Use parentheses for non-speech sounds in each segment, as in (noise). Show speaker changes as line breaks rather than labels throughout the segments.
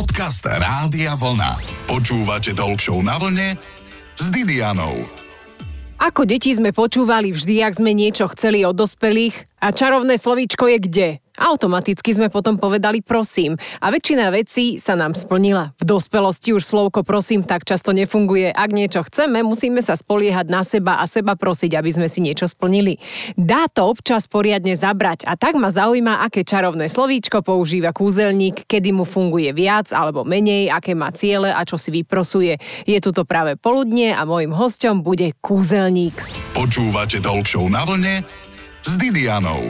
podcast Rádia Vlna. Počúvate talk show na vlne s Didianou.
Ako deti sme počúvali vždy, ak sme niečo chceli od dospelých a čarovné slovíčko je kde. Automaticky sme potom povedali prosím a väčšina vecí sa nám splnila. V dospelosti už slovko prosím tak často nefunguje. Ak niečo chceme, musíme sa spoliehať na seba a seba prosiť, aby sme si niečo splnili. Dá to občas poriadne zabrať a tak ma zaujíma, aké čarovné slovíčko používa kúzelník, kedy mu funguje viac alebo menej, aké má ciele a čo si vyprosuje. Je tu to práve poludne a môjim hosťom bude kúzelník.
Počúvate talk show na vlne s Didianou.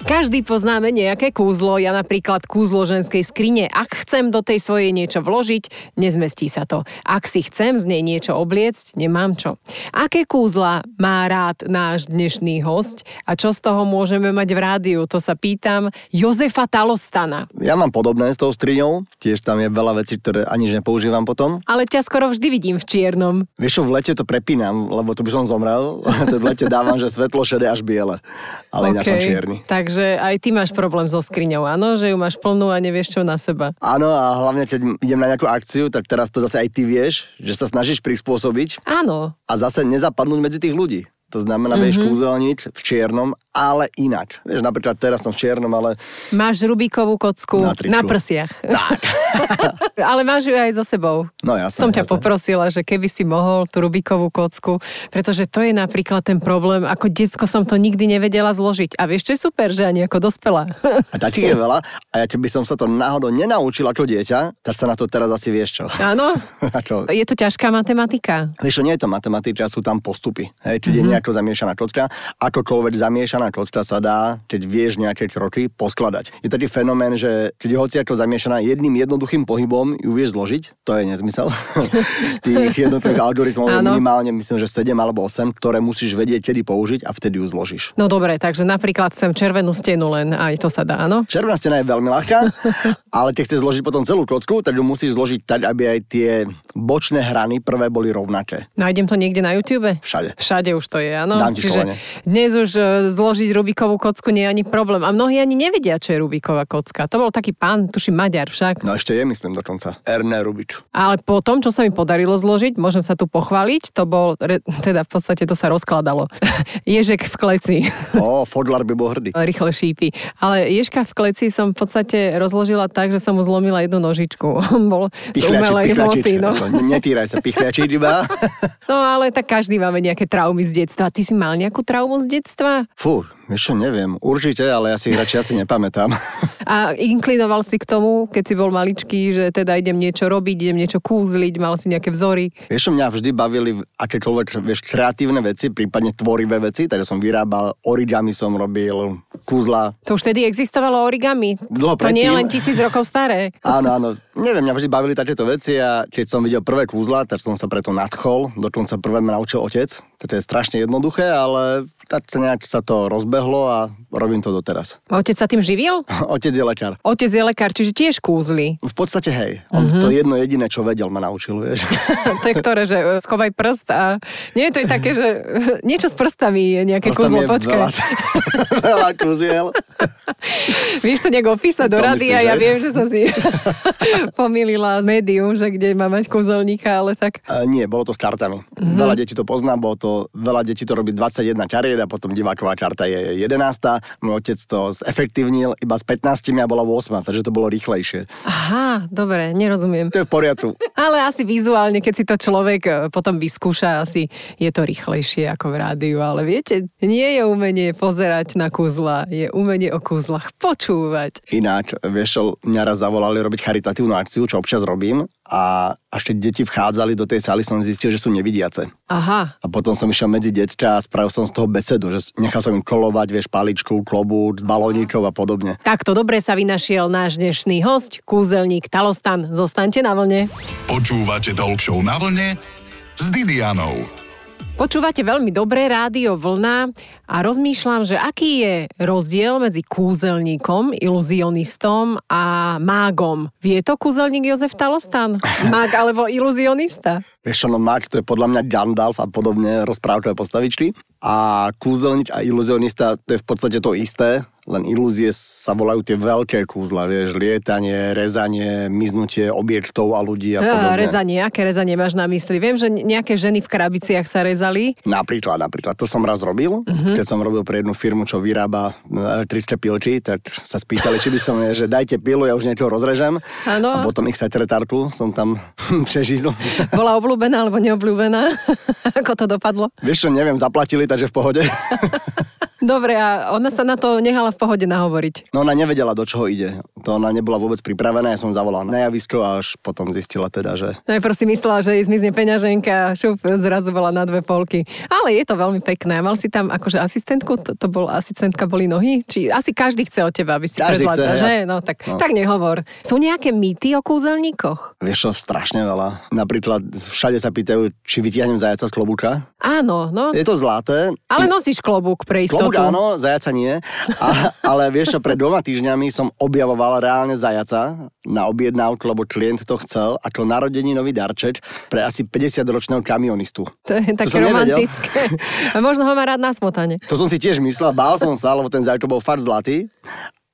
Každý poznáme nejaké kúzlo, ja napríklad kúzlo ženskej skrine. Ak chcem do tej svojej niečo vložiť, nezmestí sa to. Ak si chcem z nej niečo obliecť, nemám čo. Aké kúzla má rád náš dnešný host a čo z toho môžeme mať v rádiu? To sa pýtam Jozefa Talostana.
Ja mám podobné s tou striňou, tiež tam je veľa vecí, ktoré aniž nepoužívam potom.
Ale ťa skoro vždy vidím v čiernom.
Vieš čo, v lete to prepínam, lebo to by som zomrel. (laughs) to v lete dávam, že svetlo šedé až biele. Ale okay. ináč som
Okej,
čierny.
Takže aj ty máš problém so skriňou, áno? Že ju máš plnú a nevieš čo na seba.
Áno, a hlavne keď idem na nejakú akciu, tak teraz to zase aj ty vieš, že sa snažíš prispôsobiť
Áno,
a zase nezapadnúť medzi tých ľudí. To znamená, mm-hmm. vieš
Mhm.
kúzelniť v čiernom, ale inak. Vieš, napríklad teraz som v čiernom, ale
máš Rubikovú kocku
Na tričku.
na prsiach. Tak. (laughs) Ale máš ju aj so sebou.
No jasné,
Som ťa
jasné.
poprosila, že keby si mohol tú Rubikovú kocku, pretože to je napríklad ten problém, ako decko som to nikdy nevedela zložiť. A vieš, čo je super, že ani ako dospelá.
a takých je veľa. A ja keby som sa to náhodou nenaučil ako dieťa, tak sa na to teraz asi vieš čo.
(laughs)
(laughs)
Áno,
A čo?
je to ťažká matematika.
Vieš, čo, nie je to matematika, sú tam postupy. Hej, keď mm-hmm. je nejako zamiešaná kocka, akokoľvek zamiešaná kocka sa dá, keď vieš nejaké kroky, poskladať. Je taký fenomén, že keď je hociako zamiešaná jedným jednoduchým pohybom, ju vieš zložiť, to je nezmysel. (laughs) Tých jednotlivých algoritmov je
Áno.
minimálne, myslím, že 7 alebo 8, ktoré musíš vedieť, kedy použiť a vtedy ju zložíš.
No dobre, takže napríklad chcem červenú stenu len, aj to sa dá, áno?
Červená stena je veľmi ľahká, ale keď chceš zložiť potom celú kocku, tak ju musíš zložiť tak, aby aj tie bočné hrany prvé boli rovnaké.
Nájdem to niekde na YouTube?
Všade.
Všade už to je, áno.
Dám ti
Čiže
školenie.
dnes už e, zložiť Rubikovú kocku nie je ani problém. A mnohí ani nevedia, čo je Rubiková kocka. To bol taký pán, tuším Maďar však.
No ešte je, myslím, dokonca. Erne Rubič.
Ale po tom, čo sa mi podarilo zložiť, môžem sa tu pochváliť, to bol, re, teda v podstate to sa rozkladalo. (laughs) Ježek v kleci. (laughs)
Ó, Fodlar by bol hrdý.
Rýchle šípy. Ale ježka v kleci som v podstate rozložila tak, že som mu zlomila jednu nožičku. (laughs) On bol z umelej hmoty.
(laughs)
No.
Ako, ne- Netýraj sa, pichliači iba.
no ale tak každý máme nejaké traumy z detstva. Ty si mal nejakú traumu z detstva?
Fú, vieš čo, neviem. Určite, ale ja si ich radšej asi nepamätám. (laughs)
A inklinoval si k tomu, keď si bol maličký, že teda idem niečo robiť, idem niečo kúzliť, mal si nejaké vzory.
Vieš, čo, mňa vždy bavili akékoľvek, vieš, kreatívne veci, prípadne tvorivé veci, takže som vyrábal, origami som robil, kúzla.
To už tedy existovalo origami.
Dlho
to nie je
No, predtým.
len tisíc rokov staré.
Áno, áno. Neviem, mňa vždy bavili takéto veci a keď som videl prvé kúzla, tak som sa preto nadchol. Dokonca prvé ma naučil otec. To je strašne jednoduché, ale tak sa nejak sa to rozbehlo a robím to doteraz. (laughs)
Otec sa tým živil?
Otec je lekár.
Otec je lekár, čiže tiež kúzli. (laughs)
V podstate hej, on mm-hmm. to jedno jediné, čo vedel, ma naučil, vieš.
to je ktoré, že e, schovaj prst a nie je to je také, že (laughs) e, niečo s prstami je nejaké
Proste tam
kúzlo,
je
počkaj.
Veľa, (laughs) veľa kúziel.
Vieš to nejak opísať do
To
rady a
myslíš,
ja
že?
viem, že som
(laughs)
si (laughs) pomýlila médium, že kde má mať kúzelníka, ale tak
E, nie, bolo to s kartami. Mm-hmm. Veľa detí to pozná, bolo to, veľa detí to robí 21 kariér a potom diváková karta je 11. Môj otec to zefektívnil iba s 15 a bola 8, takže to bolo rýchlejšie.
aha, dobre, nerozumiem.
To je v poriadku.
Ale asi vizuálne, keď si to človek e, potom vyskúša, asi je to rýchlejšie ako v rádiu. Ale viete, nie je umenie pozerať na kúzla, je umenie o kúzlach počúvať.
Ináč, vieš, čo, mňa raz zavolali robiť charitatívnu akciu, čo občas robím a až keď deti vchádzali do tej sály, som zistil, že sú nevidiace.
Aha,
A potom som išiel medzi decka a spravil som z toho besedu, že nechal som im kolovať, vieš, paličku, klobúk, balónikov a podobne.
takto dobre sa vynašiel náš dnešný host, kúzelník Talostan. Zostaňte na vlne.
Počúvate talk show na vlne s Didianou.
Počúvate veľmi dobré rádio Vlna a rozmýšľam, že aký je rozdiel medzi kúzelníkom, iluzionistom a mágom. Vie to kúzelník Jozef Talostan? Mág alebo iluzionista?
Shannon Mack, to je podľa mňa Gandalf a podobne rozprávkové postavičky. A kúzelník a iluzionista, to je v podstate to isté, len ilúzie sa volajú tie veľké kúzla, vieš, lietanie, rezanie, miznutie objektov a ľudí a podobne.
Rezanie, aké rezanie máš na mysli? Viem, že nejaké ženy v krabiciach sa rezali.
Napríklad, napríklad. To som raz robil,
Mhm.
uh-huh. keď som robil pre jednu firmu, čo vyrába elektrické pilky, tak sa spýtali, či by som, eh, že dajte pilu, ja už niečo rozrežem.
Áno.
A potom ich sekretárku som tam (laughs)
(laughs)
prežízl.
Bola obľúbená alebo neobľúbená? (laughs) Ako to dopadlo?
Vieš čo, neviem, zaplatili, takže v
(laughs)
pohode.
Dobre, a ona sa na to nehala v pohode nahovoriť.
No ona nevedela, do čoho ide. To ona nebola vôbec pripravená, ja som zavolal na javisko a až potom zistila teda, že...
Najprv si myslela, že jej zmizne peňaženka a šup, zrazu bola na dve polky. Ale je to veľmi pekné. Mal si tam akože asistentku, to, to bol, asistentka boli nohy? Či asi každý chce od teba, aby si
Každý
prezládla,
chce,
že?
ja.
No tak, no.
No.
tak nehovor. Sú nejaké mýty o kúzelníkoch?
Vieš čo, strašne veľa. Napríklad všade sa pýtajú, či vytiahnem zajaca z klobúka.
Áno, no.
Je to zlaté.
Ale nosíš klobúk pre istotu.
Klobúk áno, zajaca nie. A, ale vieš čo, pred dvoma týždňami som objavoval reálne zajaca na objednávku, lebo klient to chcel, ako narodení nový darček pre asi 50-ročného kamionistu.
To je také
som nevedel.
romantické. A možno ho má rád na smotane.
To som si tiež myslel, bál som sa, lebo ten zajko bol fakt zlatý.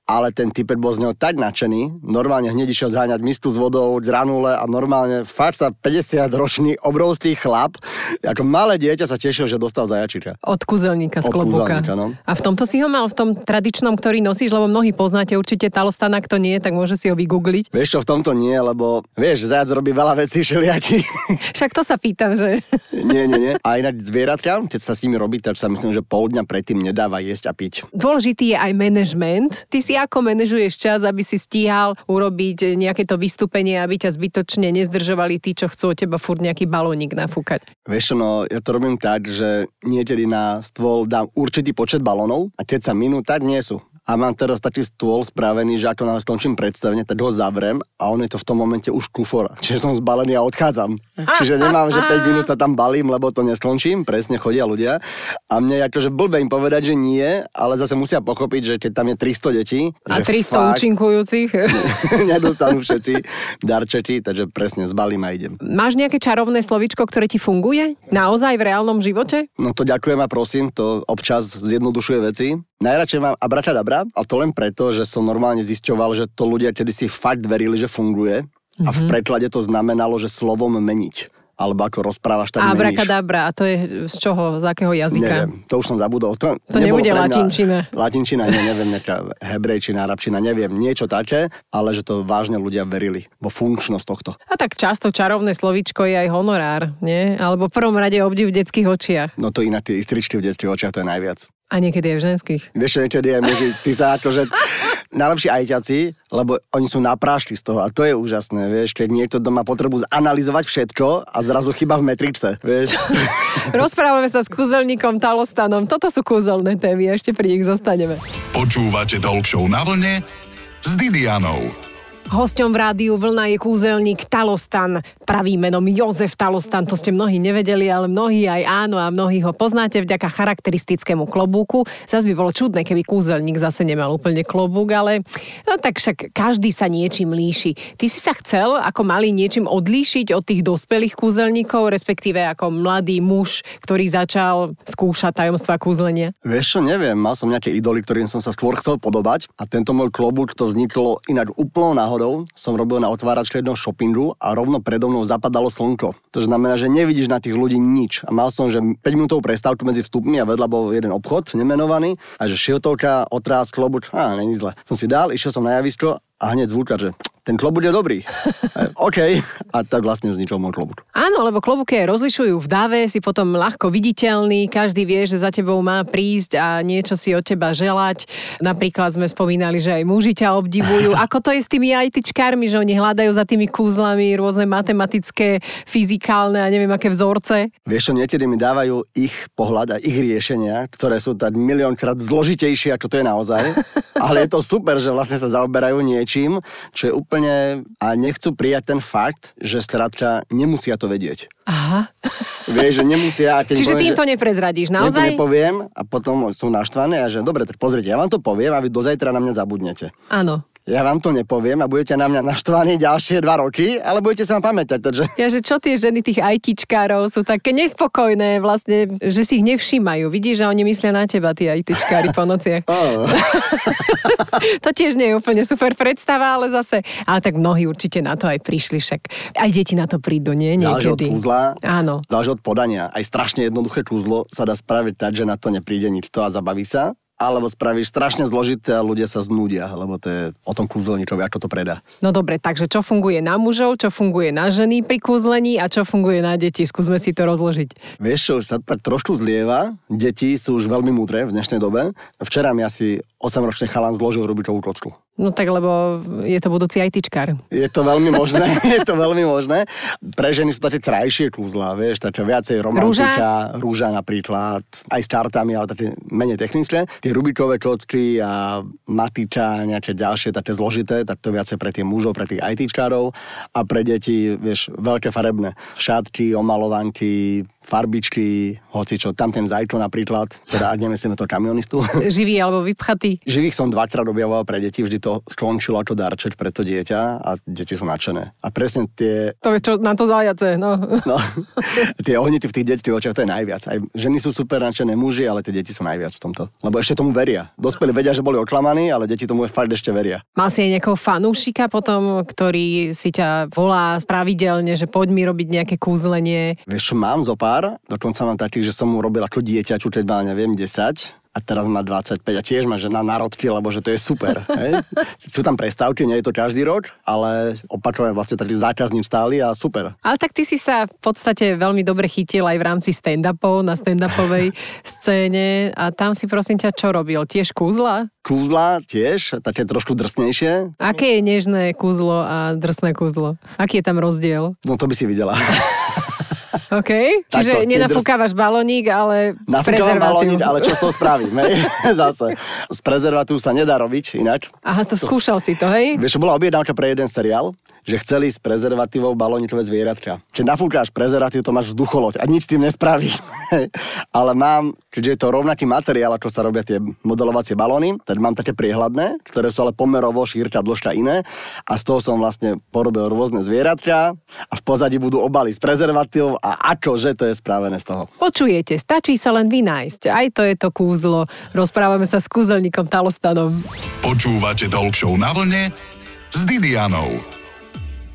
Ale ten typek bol z neho tak nadšený, normálne hneď išiel zháňať mistu s vodou, granule a normálne fakt sa 50-ročný obrovský chlap, ako malé dieťa sa tešil, že dostal zajačika.
Od kúzelníka z
Od
klobúka.
kúzelníka, no.
A v tomto si ho mal, v tom tradičnom, ktorý nosíš, lebo mnohí poznáte určite Talostana, kto nie, tak môže si ho vygoogliť.
Vieš čo, v tomto nie, lebo vieš, zajac robí veľa vecí všelijakých.
Však to sa pýtam, že...
(laughs)
(laughs)
Nie, nie, nie. A inak zvieratka, keď sa s nimi robí, tak sa myslím, že pol dňa predtým nedáva jesť a piť.
Dôležitý je aj manažment. Ty si ako manažuješ čas, aby si stíhal urobiť nejaké to vystúpenie, aby ťa zbytočne nezdržovali tí, čo chcú od teba furt nejaký balónik nafúkať.
Vieš čo, no, ja to robím tak, že niekedy na stôl dám určitý počet balónov a keď sa minú, tak nie sú. A mám teraz taký stôl spravený, že ako na skončím predstavenie, tak ho zavrem a on je to v tom momente už kufor. Čiže som zbalený a odchádzam. Čiže nemám, že 5 minút sa tam balím, lebo to neskončím. Presne chodia ľudia. A mne je akože blbe im povedať, že nie, ale zase musia pochopiť, že keď tam je 300 detí,
A
že
300
fakt,
účinkujúcich.
(laughs) nedostanú všetci darčeky, takže presne zbalím a idem.
Máš nejaké čarovné slovičko, ktoré ti funguje? Naozaj v reálnom živote?
No to ďakujem a prosím, to občas zjednodušuje veci. Najradšej mám abracadabra a to len preto, že som normálne zisťoval, že to ľudia kedysi fakt verili, že funguje a
Mhm.
v preklade to znamenalo, že slovom meniť. Alebo ako rozprávaš, tak meníš.
Abrakadabra, a to je z čoho, z akého jazyka?
Neviem, to už som zabudol. To,
To
nebolo
nebude
pre mňa-
latinčina.
Latinčina, nie, neviem, nejaká hebrejčina, arabčina, neviem, niečo také, ale že to vážne ľudia verili vo funkčnosť tohto.
A tak často čarovné slovičko je aj honorár, nie? Alebo v prvom rade obdiv v detských očiach.
No to inak tie istričky v detských očiach, to je najviac.
A niekedy aj v ženských.
Vieš, čo niekedy aj muži, ty sa akože... Najlepší ajťaci, lebo oni sú naprášli z toho a to je úžasné, vieš, keď niekto doma potrebu zanalizovať všetko a zrazu chyba v metričce, vieš.
Rozprávame sa s kúzelníkom Talostanom. Toto sú kúzelné témy, ešte pri nich zostaneme.
Počúvate Talk Show na vlne s Didianou.
Hosťom v rádiu Vlna je kúzelník Talostan, pravým menom Jozef Talostan, to ste mnohí nevedeli, ale mnohí aj áno a mnohí ho poznáte vďaka charakteristickému klobúku. Zas by bolo čudné, keby kúzelník zase nemal úplne klobúk, ale no tak však každý sa niečím líši. Ty si sa chcel ako malý niečím odlíšiť od tých dospelých kúzelníkov, respektíve ako mladý muž, ktorý začal skúšať tajomstva kúzlenia?
Vieš čo, neviem, mal som nejaké idoly, ktorým som sa skôr chcel podobať a tento môj klobúk to vzniklo inak úplnou náhodou. Som robil na otváračke jedného shoppingu a rovno predo mnou zapadalo slnko. To znamená, že nevidíš na tých ľudí nič. A mal som, že 5 minútovú prestávku medzi vstupmi a vedľa bol jeden obchod, nemenovaný, a že šiltovka, otrás, klobúk, a není zle. Som si dal, išiel som na javisko a hneď zvukar, že ten klobúk je dobrý. A ja, OK. A tak vlastne vznikol môj klobúk.
Áno, lebo klobúky aj rozlišujú v dáve, si potom ľahko viditeľný, každý vie, že za tebou má prísť a niečo si od teba želať. Napríklad sme spomínali, že aj muži ťa
(laughs)
obdivujú. Ako to je s tými ajtičkármi, že oni hľadajú za tými kúzlami rôzne matematické, fyzikálne a neviem aké vzorce?
Vieš čo, niekedy mi dávajú ich pohľad a ich riešenia, ktoré sú tak miliónkrát zložitejšie, ako to je
(laughs)
naozaj. Ale je to super, že vlastne sa zaoberajú niečím, čo je úplne... A nechcú prijať ten fakt, že skrátka nemusia to vedieť.
Aha.
Vieš, že nemusia... A (laughs) keď im
Čiže
poviem,
ty im
že-
to neprezradíš,
ja to
naozaj?
nepoviem a potom sú naštvané a že dobre, tak pozrite, ja vám to poviem a vy do zajtra na mňa zabudnete.
Áno.
ja vám to nepoviem a budete na mňa naštvaní ďalšie dva roky, ale budete sa vám pamätať, takže...
(laughs) Ja, že čo tie ženy tých ITčkárov sú také nespokojné vlastne, že si ich nevšímajú. Vidíš, že oni myslia na teba, tí ITčkári po nociach.
Oh.
(laughs) to tiež nie je úplne super predstava, ale zase... Ale tak mnohí určite na to aj prišli, však aj deti na to prídu, nie?
Záleží od
Niekedy.
kúzla,
Áno.
záleží od podania. Aj strašne jednoduché kúzlo sa dá spraviť tak, že na to nepríde nikto a zabaví sa. Alebo spravíš strašne zložité a ľudia sa znúdia, lebo to je o tom kúzelníkovi, ako to predá.
No dobre, takže čo funguje na mužov, čo funguje na ženy pri kúzlení a čo funguje na deti? Skúsme si to rozložiť.
Vieš čo, už sa to tak trošku zlieva. Deti sú už veľmi múdre v dnešnej dobe. Včera mi asi 8-ročný chalan zložil Rubikovú kocku.
No tak, lebo je to budúci ITčkár.
Je to veľmi možné, (laughs) je to veľmi možné. Pre ženy sú také krajšie kúzla, vieš, také viacej romantika, rúža napríklad, aj s kartami, ale také menej technické. Tie rubikové klocky a matiča, nejaké ďalšie také zložité, tak to viacej pre tých mužov, pre tých ITčkárov a pre deti, vieš, veľké farebné. Šátky, omalovanky, farbičky, hocičo. Tam ten zajko napríklad, teda ak nemyslíme to kamionistu. (laughs)
Živý alebo vypchatý.
Živých som dvakrát objavoval pre deti, vždy to skončilo ako darček pre to dieťa a deti sú nadšené. A presne tie,
To je čo, na to zajace, no.
no, (laughs) tie ohnity v tých detských očiach, to je najviac. Aj ženy sú super nadšené muži, ale tie deti sú najviac v tomto. Lebo ešte tomu veria. Dospelí vedia, že boli oklamaní, ale deti tomu fakt ešte veria.
Mal si aj nejakého fanúšika potom, ktorý si ťa volá pravidelne, že poď mi robiť nejaké kúzlenie.
Vieš čo, mám zo pár, dokonca mám takých, že som mu robil ako dieťaťu, keď mal, neviem, 10 a teraz má 25 a tiež má žena narodky, lebo že to je super. (laughs) Hej? Sú tam prestávky, nie je to každý rok, ale opakujem, vlastne taký zákazník stály a super.
Ale tak ty si sa v podstate veľmi dobre chytil aj v rámci stand-upov, na stand-upovej
(laughs)
scéne a tam si prosím ťa čo robil? Tiež kúzla?
kúzla tiež, také trošku drsnejšie.
Aké je nežné kúzlo a drsné kúzlo? Aký je tam rozdiel?
No to by si videla.
OK?
Tak to-
Čiže
tie
nenafúkávaš balónik, ale
Nafúkala
prezervatív.
balónik, ale čo s tou spravím, hej? (laughs) Zase. Z prezervatívu sa nedá robiť inak.
(laughs) Aha, to skúšal si to, hej?
Vieš, čo bola objednávka pre jeden seriál, že chceli s prezervatívou balónikové zvieratka. Keď nafúkáš prezervatív, to máš vzducholoď a nič s tým nespravíš. (laughs) Hej. Ale mám, keďže je to rovnaký materiál, ako sa robia tie modelovacie balóny, tak mám také priehľadné, ktoré sú ale pomerovo šírka, dĺžka iné a z toho som vlastne porobil rôzne zvieratka a v pozadí budú obaly s prezervatívom a akože to je spravené z toho.
Počujete, stačí sa len vynájsť. Aj to je to kúzlo. Rozprávame sa s kúzelníkom Talostanom.
Počúvate Talk Show na vlne s Didianou.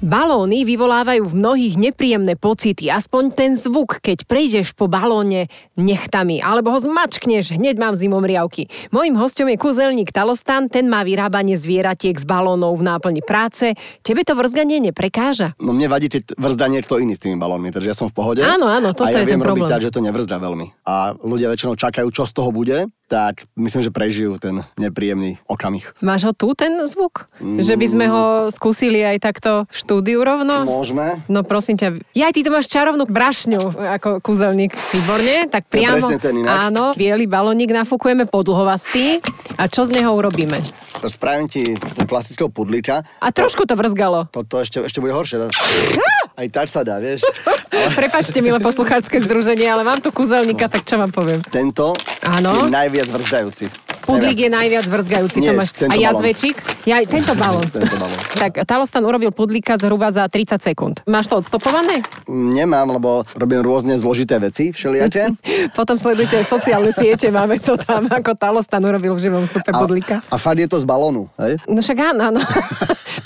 Balóny vyvolávajú v mnohých nepríjemné pocity, aspoň ten zvuk, keď prejdeš po balóne nechtami, alebo ho zmačkneš, hneď mám zimomriavky. Mojím hostom je kúzelník Talostan, ten má vyrábanie zvieratiek z balónov v náplni práce. Tebe to vrzganie neprekáža?
No mne vadí, keď vrzda niekto iný s tými balónmi, takže ja som v pohode.
Áno, áno, toto
a ja
je
viem
ten problém.
robiť tak, že to nevrzda veľmi. A ľudia väčšinou čakajú, čo z toho bude, tak myslím, že prežijú ten nepríjemný okamih.
Máš ho tu, ten zvuk? Že by sme ho skúsili aj takto v štúdiu rovno?
Môžeme.
No prosím ťa, ja ty to máš čarovnú brašňu ako kúzelník. Výborne, tak priamo.
presne ten inak.
áno, biely balónik nafúkujeme podlhovastý a čo z neho urobíme?
To spravím ti tú klasického pudlíka.
A trošku to vrzgalo.
Toto ešte, ešte bude horšie.
Ah!
Aj tak sa dá, vieš.
Prepačte, milé posluchárske združenie, ale mám tu kúzelníka, tak čo vám poviem?
Tento
Áno.
je najviac vrzdajúci.
Pudlík je najviac vrzgajúci, to
Nie,
máš. A
tento balón.
jazvečík? Ja, tento balón.
Tento balón.
Tak, Talostan urobil pudlíka zhruba za 30 sekúnd. Máš to odstopované?
Nemám, lebo robím rôzne zložité veci
(laughs)
všelijaké.
Potom sledujte aj sociálne siete, máme to tam, ako Talostan urobil v živom stupe pudlíka.
a fakt je to z balónu, hej?
No však áno, áno.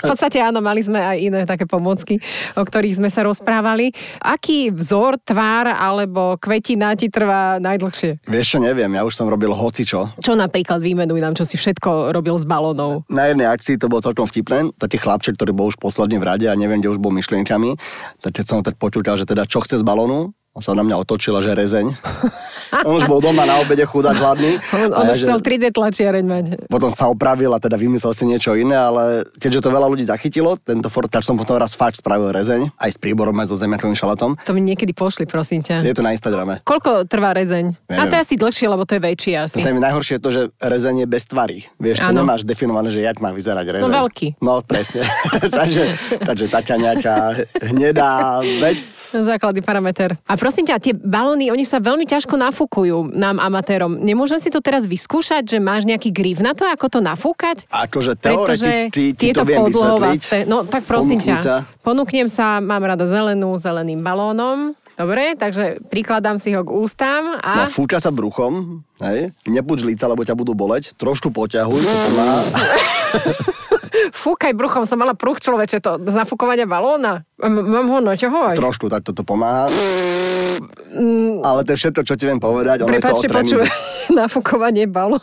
V podstate áno, mali sme aj iné také pomocky, o ktorých sme sa rozprávali. Aký vzor, tvár alebo kvetina ti trvá najdlhšie?
Vieš čo, neviem, ja už som robil hocičo,
Čo napríklad vymenuj nám, čo si všetko robil s balónov?
na jednej akcii to bolo celkom vtipné. Taký chlapček, ktorý bol už posledne v rade a neviem, kde už bol myšlienkami, tak keď som ho tak počúkal, že teda čo chce z balónu, on sa na mňa otočil a že
(laughs)
rezeň. on už bol doma na obede chudák hladný.
On,
A
on
ja,
už chcel 3D tlačiareň mať.
potom sa opravil a teda vymyslel si niečo iné, ale keďže to veľa ľudí zachytilo, tento Ford, tak som potom raz fakt spravil rezeň, aj s príborom, aj so zemiakovým šalatom.
To mi niekedy pošli, prosím ťa.
Je to na Instagrame.
Koľko trvá rezeň?
Neviem.
A to je asi dlhšie, lebo to je väčšie asi.
To je najhoršie je to, že rezenie bez tvary. Vieš, to
Áno.
nemáš definované, že jak má vyzerať rezeň.
No, veľký.
No, presne.
(laughs)
takže, takže taká nejaká hnedá vec.
Základný parameter. A Prosím ťa, tie balóny, oni sa veľmi ťažko nafúkujú nám amatérom. Nemôžem si to teraz vyskúšať, že máš nejaký grif na to, ako to nafúkať?
Akože
Pretože
teoreticky ti
tieto
to viem
podlhová ste-
vysvetliť.
No tak prosím
Ponúkni
ťa.
sa.
Ponúknem sa, mám rada zelenú, zeleným balónom. Dobre, takže prikladám si ho k ústam a...
No, fúka sa bruchom, hej? nebuď žlica, lebo ťa budú boleť, trošku poťahuj, to
(laughs)
pomáha.
Fúkaj bruchom, som mala pruch človeče, to z nafúkovania balóna. M- mám ho no, noťohovať?
trošku tak toto pomáha. Ale to je všetko, čo ti viem povedať, ono je to o
Mm. Prepačte,
tréningu.
(laughs) počujem, nafúkovanie
(laughs)
balóna.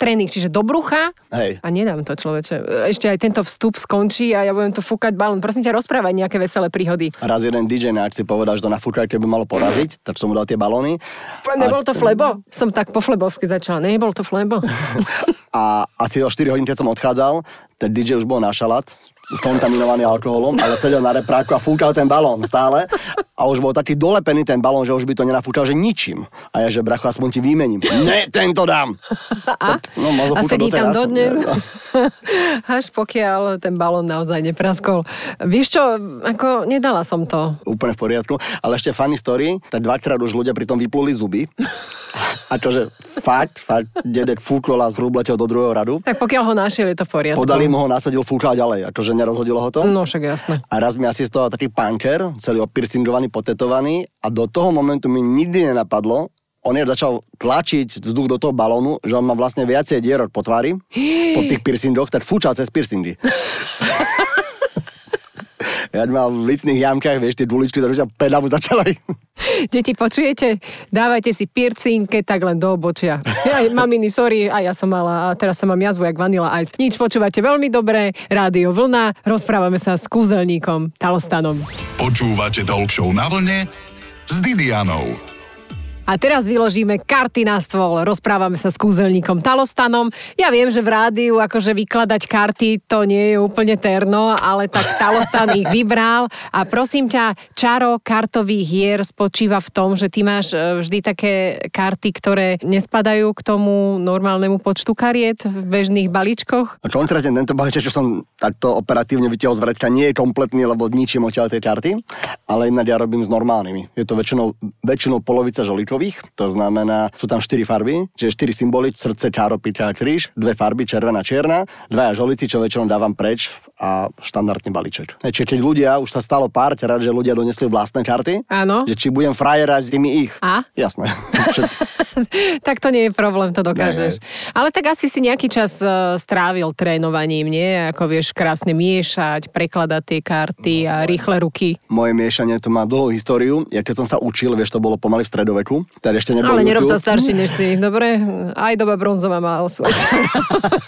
Tréning, čiže do brucha.
Hej.
A nedám to, človeče. Ešte aj tento vstup skončí a ja budem tu fúkať balón. Prosím ťa, rozprávaj nejaké veselé príhody.
Raz jeden DJ na akcii povedal, že to na futrajke by malo poraziť, tak som mu dal tie balóny.
Nebol to flebo? Som tak po flebovsky začala. Nebol to
(laughs)
flebo?
A asi o 4 hodín, keď som odchádzal, ten DJ už bol na šalát, skontaminovaný alkoholom, ale sedel na repráku a fúkal ten balón stále. A už bol taký dolepený ten balón, že už by to nenafúkal, že ničím. A ja, že bracho, aspoň ti vymením. Ne, tento dám.
A,
Tak, no,
a
možno fúka
sedí tam
doteraz.
dodnes, (laughs) až pokiaľ ten balón naozaj nepraskol. Vieš čo, ako nedala som to.
úplne v poriadku. Ale ešte funny story, tak dvakrát už ľudia pri tom vypluli zuby. Akože fakt, fakt, dedek fúkol a zhrubletel do druhého radu.
Tak pokiaľ ho našiel, je to v poriadku.
Podali mu ho, nasadil fúkla a ďalej, akože nerozhodilo ho to.
No však jasné.
A raz mi asistoval taký punker, celý opiercingovaný, potetovaný a do toho momentu mi nikdy nenapadlo, on je začal tlačiť vzduch do toho balónu, že on má vlastne viacej dierok po tvári, po tých piercingoch, tak fúčal cez piercingy. ja mal v licných jamkách, vieš, tie dvuličky, ktoré už ťa peda mu začala.
Deti, počujete? Dávajte si piercing, keď tak len do obočia. Ja, maminy, sorry, a ja som mala, a teraz sa mám jazvu jak Vanilla Ice. Nič, počúvate veľmi dobre, rádio Vlna, rozprávame sa s kúzelníkom Talostanom.
Počúvate Talk Show na vlne s Didianou.
A teraz vyložíme karty na stôl. Rozprávame sa s kúzelníkom Talostanom. Ja viem, že v rádiu akože vykladať karty to nie je úplne terno, ale tak Talostan ich vybral. A prosím ťa, čaro kartových hier spočíva v tom, že ty máš e, vždy také karty, ktoré nespadajú k tomu normálnemu počtu kariet v bežných balíčkoch.
A konkrétne tento balíček, čo som takto operatívne vytiahol z vrecka, nie je kompletný, lebo ničím odtiaľ tej karty, ale inak ja robím s normálnymi. Je to väčšinou, väčšinou polovica žolikových, to znamená, sú tam 4 farby, čiže 4 symboly, srdce, čáro, pita a kríž, dve farby, červená, čierna, dvaja žolici, čo väčšinou dávam preč a štandardný balíček. E, Čiže keď ľudia, už sa stalo pár, rád, že ľudia donesli vlastné karty,
Áno.
že či budem frajera s nimi ich.
A? (laughs)
Jasné. Všet-
tak to nie je problém, to dokážeš.
Ne,
Ale tak asi si nejaký čas e, strávil trénovaním, nie? Ako vieš krásne miešať, prekladať tie karty
No,
a rýchle ruky.
Moje miešanie to má dlhú históriu. Ja keď som sa učil, vieš, to bolo pomaly v stredoveku. Teda ešte nebol
Ale nerob sa
YouTube.
starší než si, (laughs) dobre? Aj doba bronzová má svoj čas.
(laughs)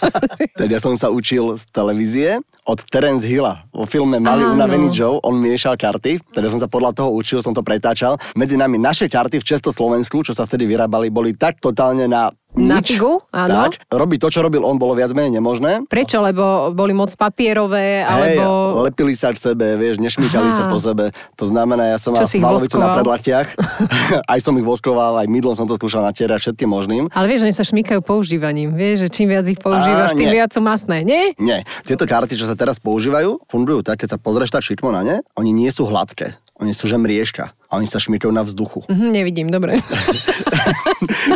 Teda som sa učil z televízie od Terence Hilla. Vo filme Malý
Áno.
unavený Joe, on miešal karty, teda som sa podľa toho učil, som to pretáčal. Medzi nami naše karty v Československu, čo sa vtedy vyrábali, boli tak totálne na
Na
nič.
figu, áno.
Tak, robiť to, čo robil on, bolo viac menej nemožné.
(laughs) Prečo? Lebo boli moc papierové,
Hej,
alebo...
lepili sa k sebe, vieš, nešmýkali
Aha.
sa po sebe. To znamená, ja som
Čo
mal
si ich
smalovicu na
voskoval? (laughs)
predlatiach. (laughs) aj som ich voskoval, aj mydlom som to skúšal natierať všetkým možným.
Ale vieš, oni sa šmýkajú používaním. Vieš, že čím viac ich používaš,
Á,
tým
nie.
viac sú masné. Nie?
Nie, tieto karty, čo sa teraz používajú, fungujú tak, keď sa pozrieš tak šikmo na ne, oni nie sú hladké. Oni sú že mriežka a oni sa šmykajú na
(laughs)
vzduchu.
Mhm, nevidím, dobre.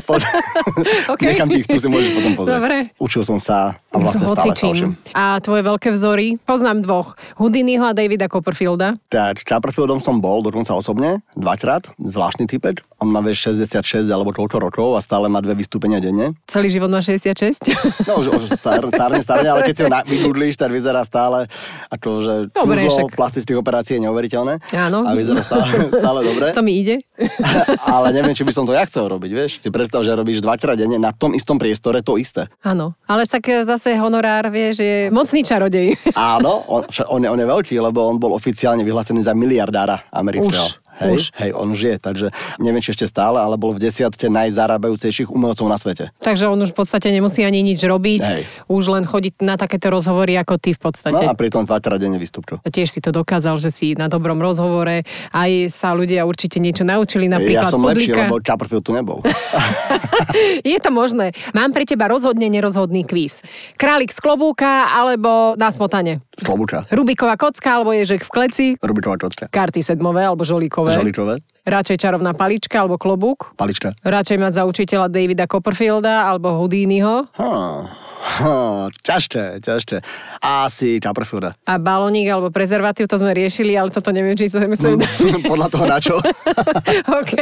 Poz-
(laughs) OK.
Nechám ti ich, tu si môžeš potom pozrieť.
Dobre.
Učil som sa a vlastne
(laughs) S
stále sa
hocičím.
učím.
A tvoje veľké vzory? Poznám dvoch. Houdiniho a Davida Copperfielda.
Tak, s Copperfieldom som bol dokonca osobne, dvakrát, zvláštny typek. On má vieš 66 alebo koľko rokov a stále má dve vystúpenia denne.
Celý život má 66. (laughs)
No už, už star, starne, starne, ale keď si ho na- vygooglíš, tak vyzerá stále akože
Dobre,
kúzlo
však.
plastických operácií je neuveriteľné.
Áno.
A vyzerá
(laughs)
stále, stále dobre.
to mi ide.
ale neviem, či by som to ja chcel robiť, vieš. Si predstav, že robíš dvakrát denne na tom istom priestore to isté.
(laughs) Áno, ale tak e, zase honorár, vieš, je mocný čarodej. (laughs)
Áno, on, však on, je, on je veľký, lebo on bol oficiálne vyhlásený za miliardára
Už,
amerického. Hej,
už.
hej, on už je, takže neviem, či ešte stále, ale bol v desiatke najzarábajúcejších umelcov na svete.
Takže on už v podstate nemusí ani nič robiť,
Hej.
už len chodiť na takéto rozhovory ako ty v
No
podstate.
a pritom dvakrát denne vystúpil.
A Tiež si to dokázal, že si na dobrom rozhovore. Aj sa ľudia určite niečo naučili, napríklad
ja som lepší,
publika.
lebo Copperfield tu nebol.
(laughs) Je to možné. Mám pre teba rozhodne nerozhodný kvíz. Králik z klobúka alebo na smotane.
Slobuča.
Rubiková kocka alebo ježek v kleci.
Rubiková kocka.
Karty sedmové alebo žolíkové.
Žoličové.
Radšej čarovná palička alebo klobúk?
Palička.
Radšej mať za učiteľa Davida Copperfielda alebo Houdiniho?
Ha, ha, ťažké, ťažké. Asi Copperfielda.
A balónik alebo prezervatív, to sme riešili, ale toto neviem, či sme
No.
chceli dať.
(laughs) Podľa toho na čo.
(laughs) OK.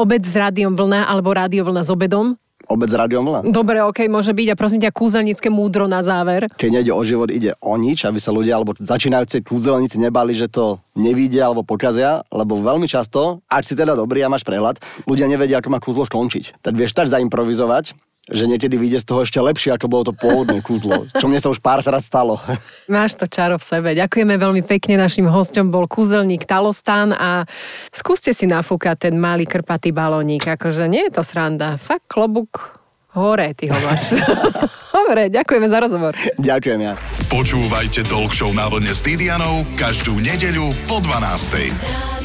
Obed s rádiom vlna alebo rádio vlna s obedom?
Obec s rádiom vlna.
Dobre, OK, môže byť. A prosím ťa, kúzelnícke múdro na záver.
Keď nejde o život, ide o nič, aby sa ľudia alebo začínajúci kúzelníci nebali, že to nevidia alebo pokazia, lebo veľmi často, ak si teda dobrý a máš prehľad, ľudia nevedia, ako má kúzlo skončiť. Tak vieš tak zaimprovizovať, že niekedy vyjde z toho ešte lepšie, ako bolo to pôvodné kúzlo, čo mne sa už pár teraz stalo. (laughs)
Máš to čaro v sebe. Ďakujeme veľmi pekne. Našim hostom bol kúzelník Talostán a skúste si nafúkať ten malý krpatý balónik. Akože nie je to sranda. Fakt klobúk hore, ty ho máš. (laughs) Dobre, ďakujeme za rozhovor.
Ďakujem ja.
Počúvajte Talk Show na vlne s Didianou každú nedeľu po 12.